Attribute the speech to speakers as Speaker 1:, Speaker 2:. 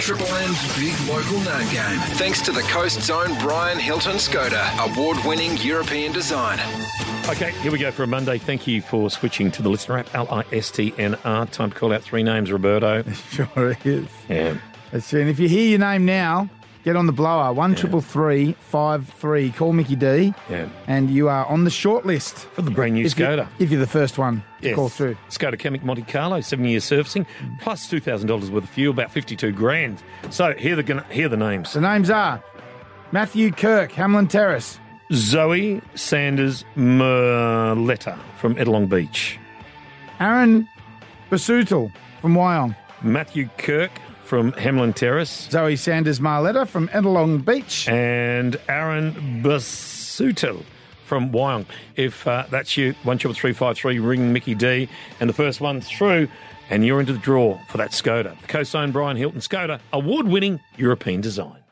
Speaker 1: Triple M's big local no game. Thanks to the Coast's own Brian Hilton Skoda, award winning European design.
Speaker 2: Okay, here we go for a Monday. Thank you for switching to the listener app, L I S T N R. Time to call out three names, Roberto.
Speaker 3: Sure is.
Speaker 2: Yeah.
Speaker 3: That's it. And if you hear your name now, get on the blower. One triple three five three. Call Mickey D.
Speaker 2: Yeah.
Speaker 3: And you are on the short list.
Speaker 2: For the brand new
Speaker 3: If, you,
Speaker 2: Skoda.
Speaker 3: if you're the first one to
Speaker 2: Yes.
Speaker 3: call through.
Speaker 2: Skoda Chemic Monte Carlo, seven year servicing, plus $2,000 worth of fuel, about 52 grand. So here are the, gonna- here are the names
Speaker 3: The names are Matthew Kirk, Hamlin Terrace,
Speaker 2: Zoe Sanders Merletta from Edelong Beach,
Speaker 3: Aaron Basutel from Wyong,
Speaker 2: Matthew Kirk from Hamlin Terrace,
Speaker 3: Zoe Sanders Marletta from Edelong Beach.
Speaker 2: and Aaron Basuto from Wyong. If uh, that's you, one triple three five three, ring Mickey D, and the first one through, and you're into the draw for that Skoda. The co-sign Brian Hilton Skoda, award-winning European design.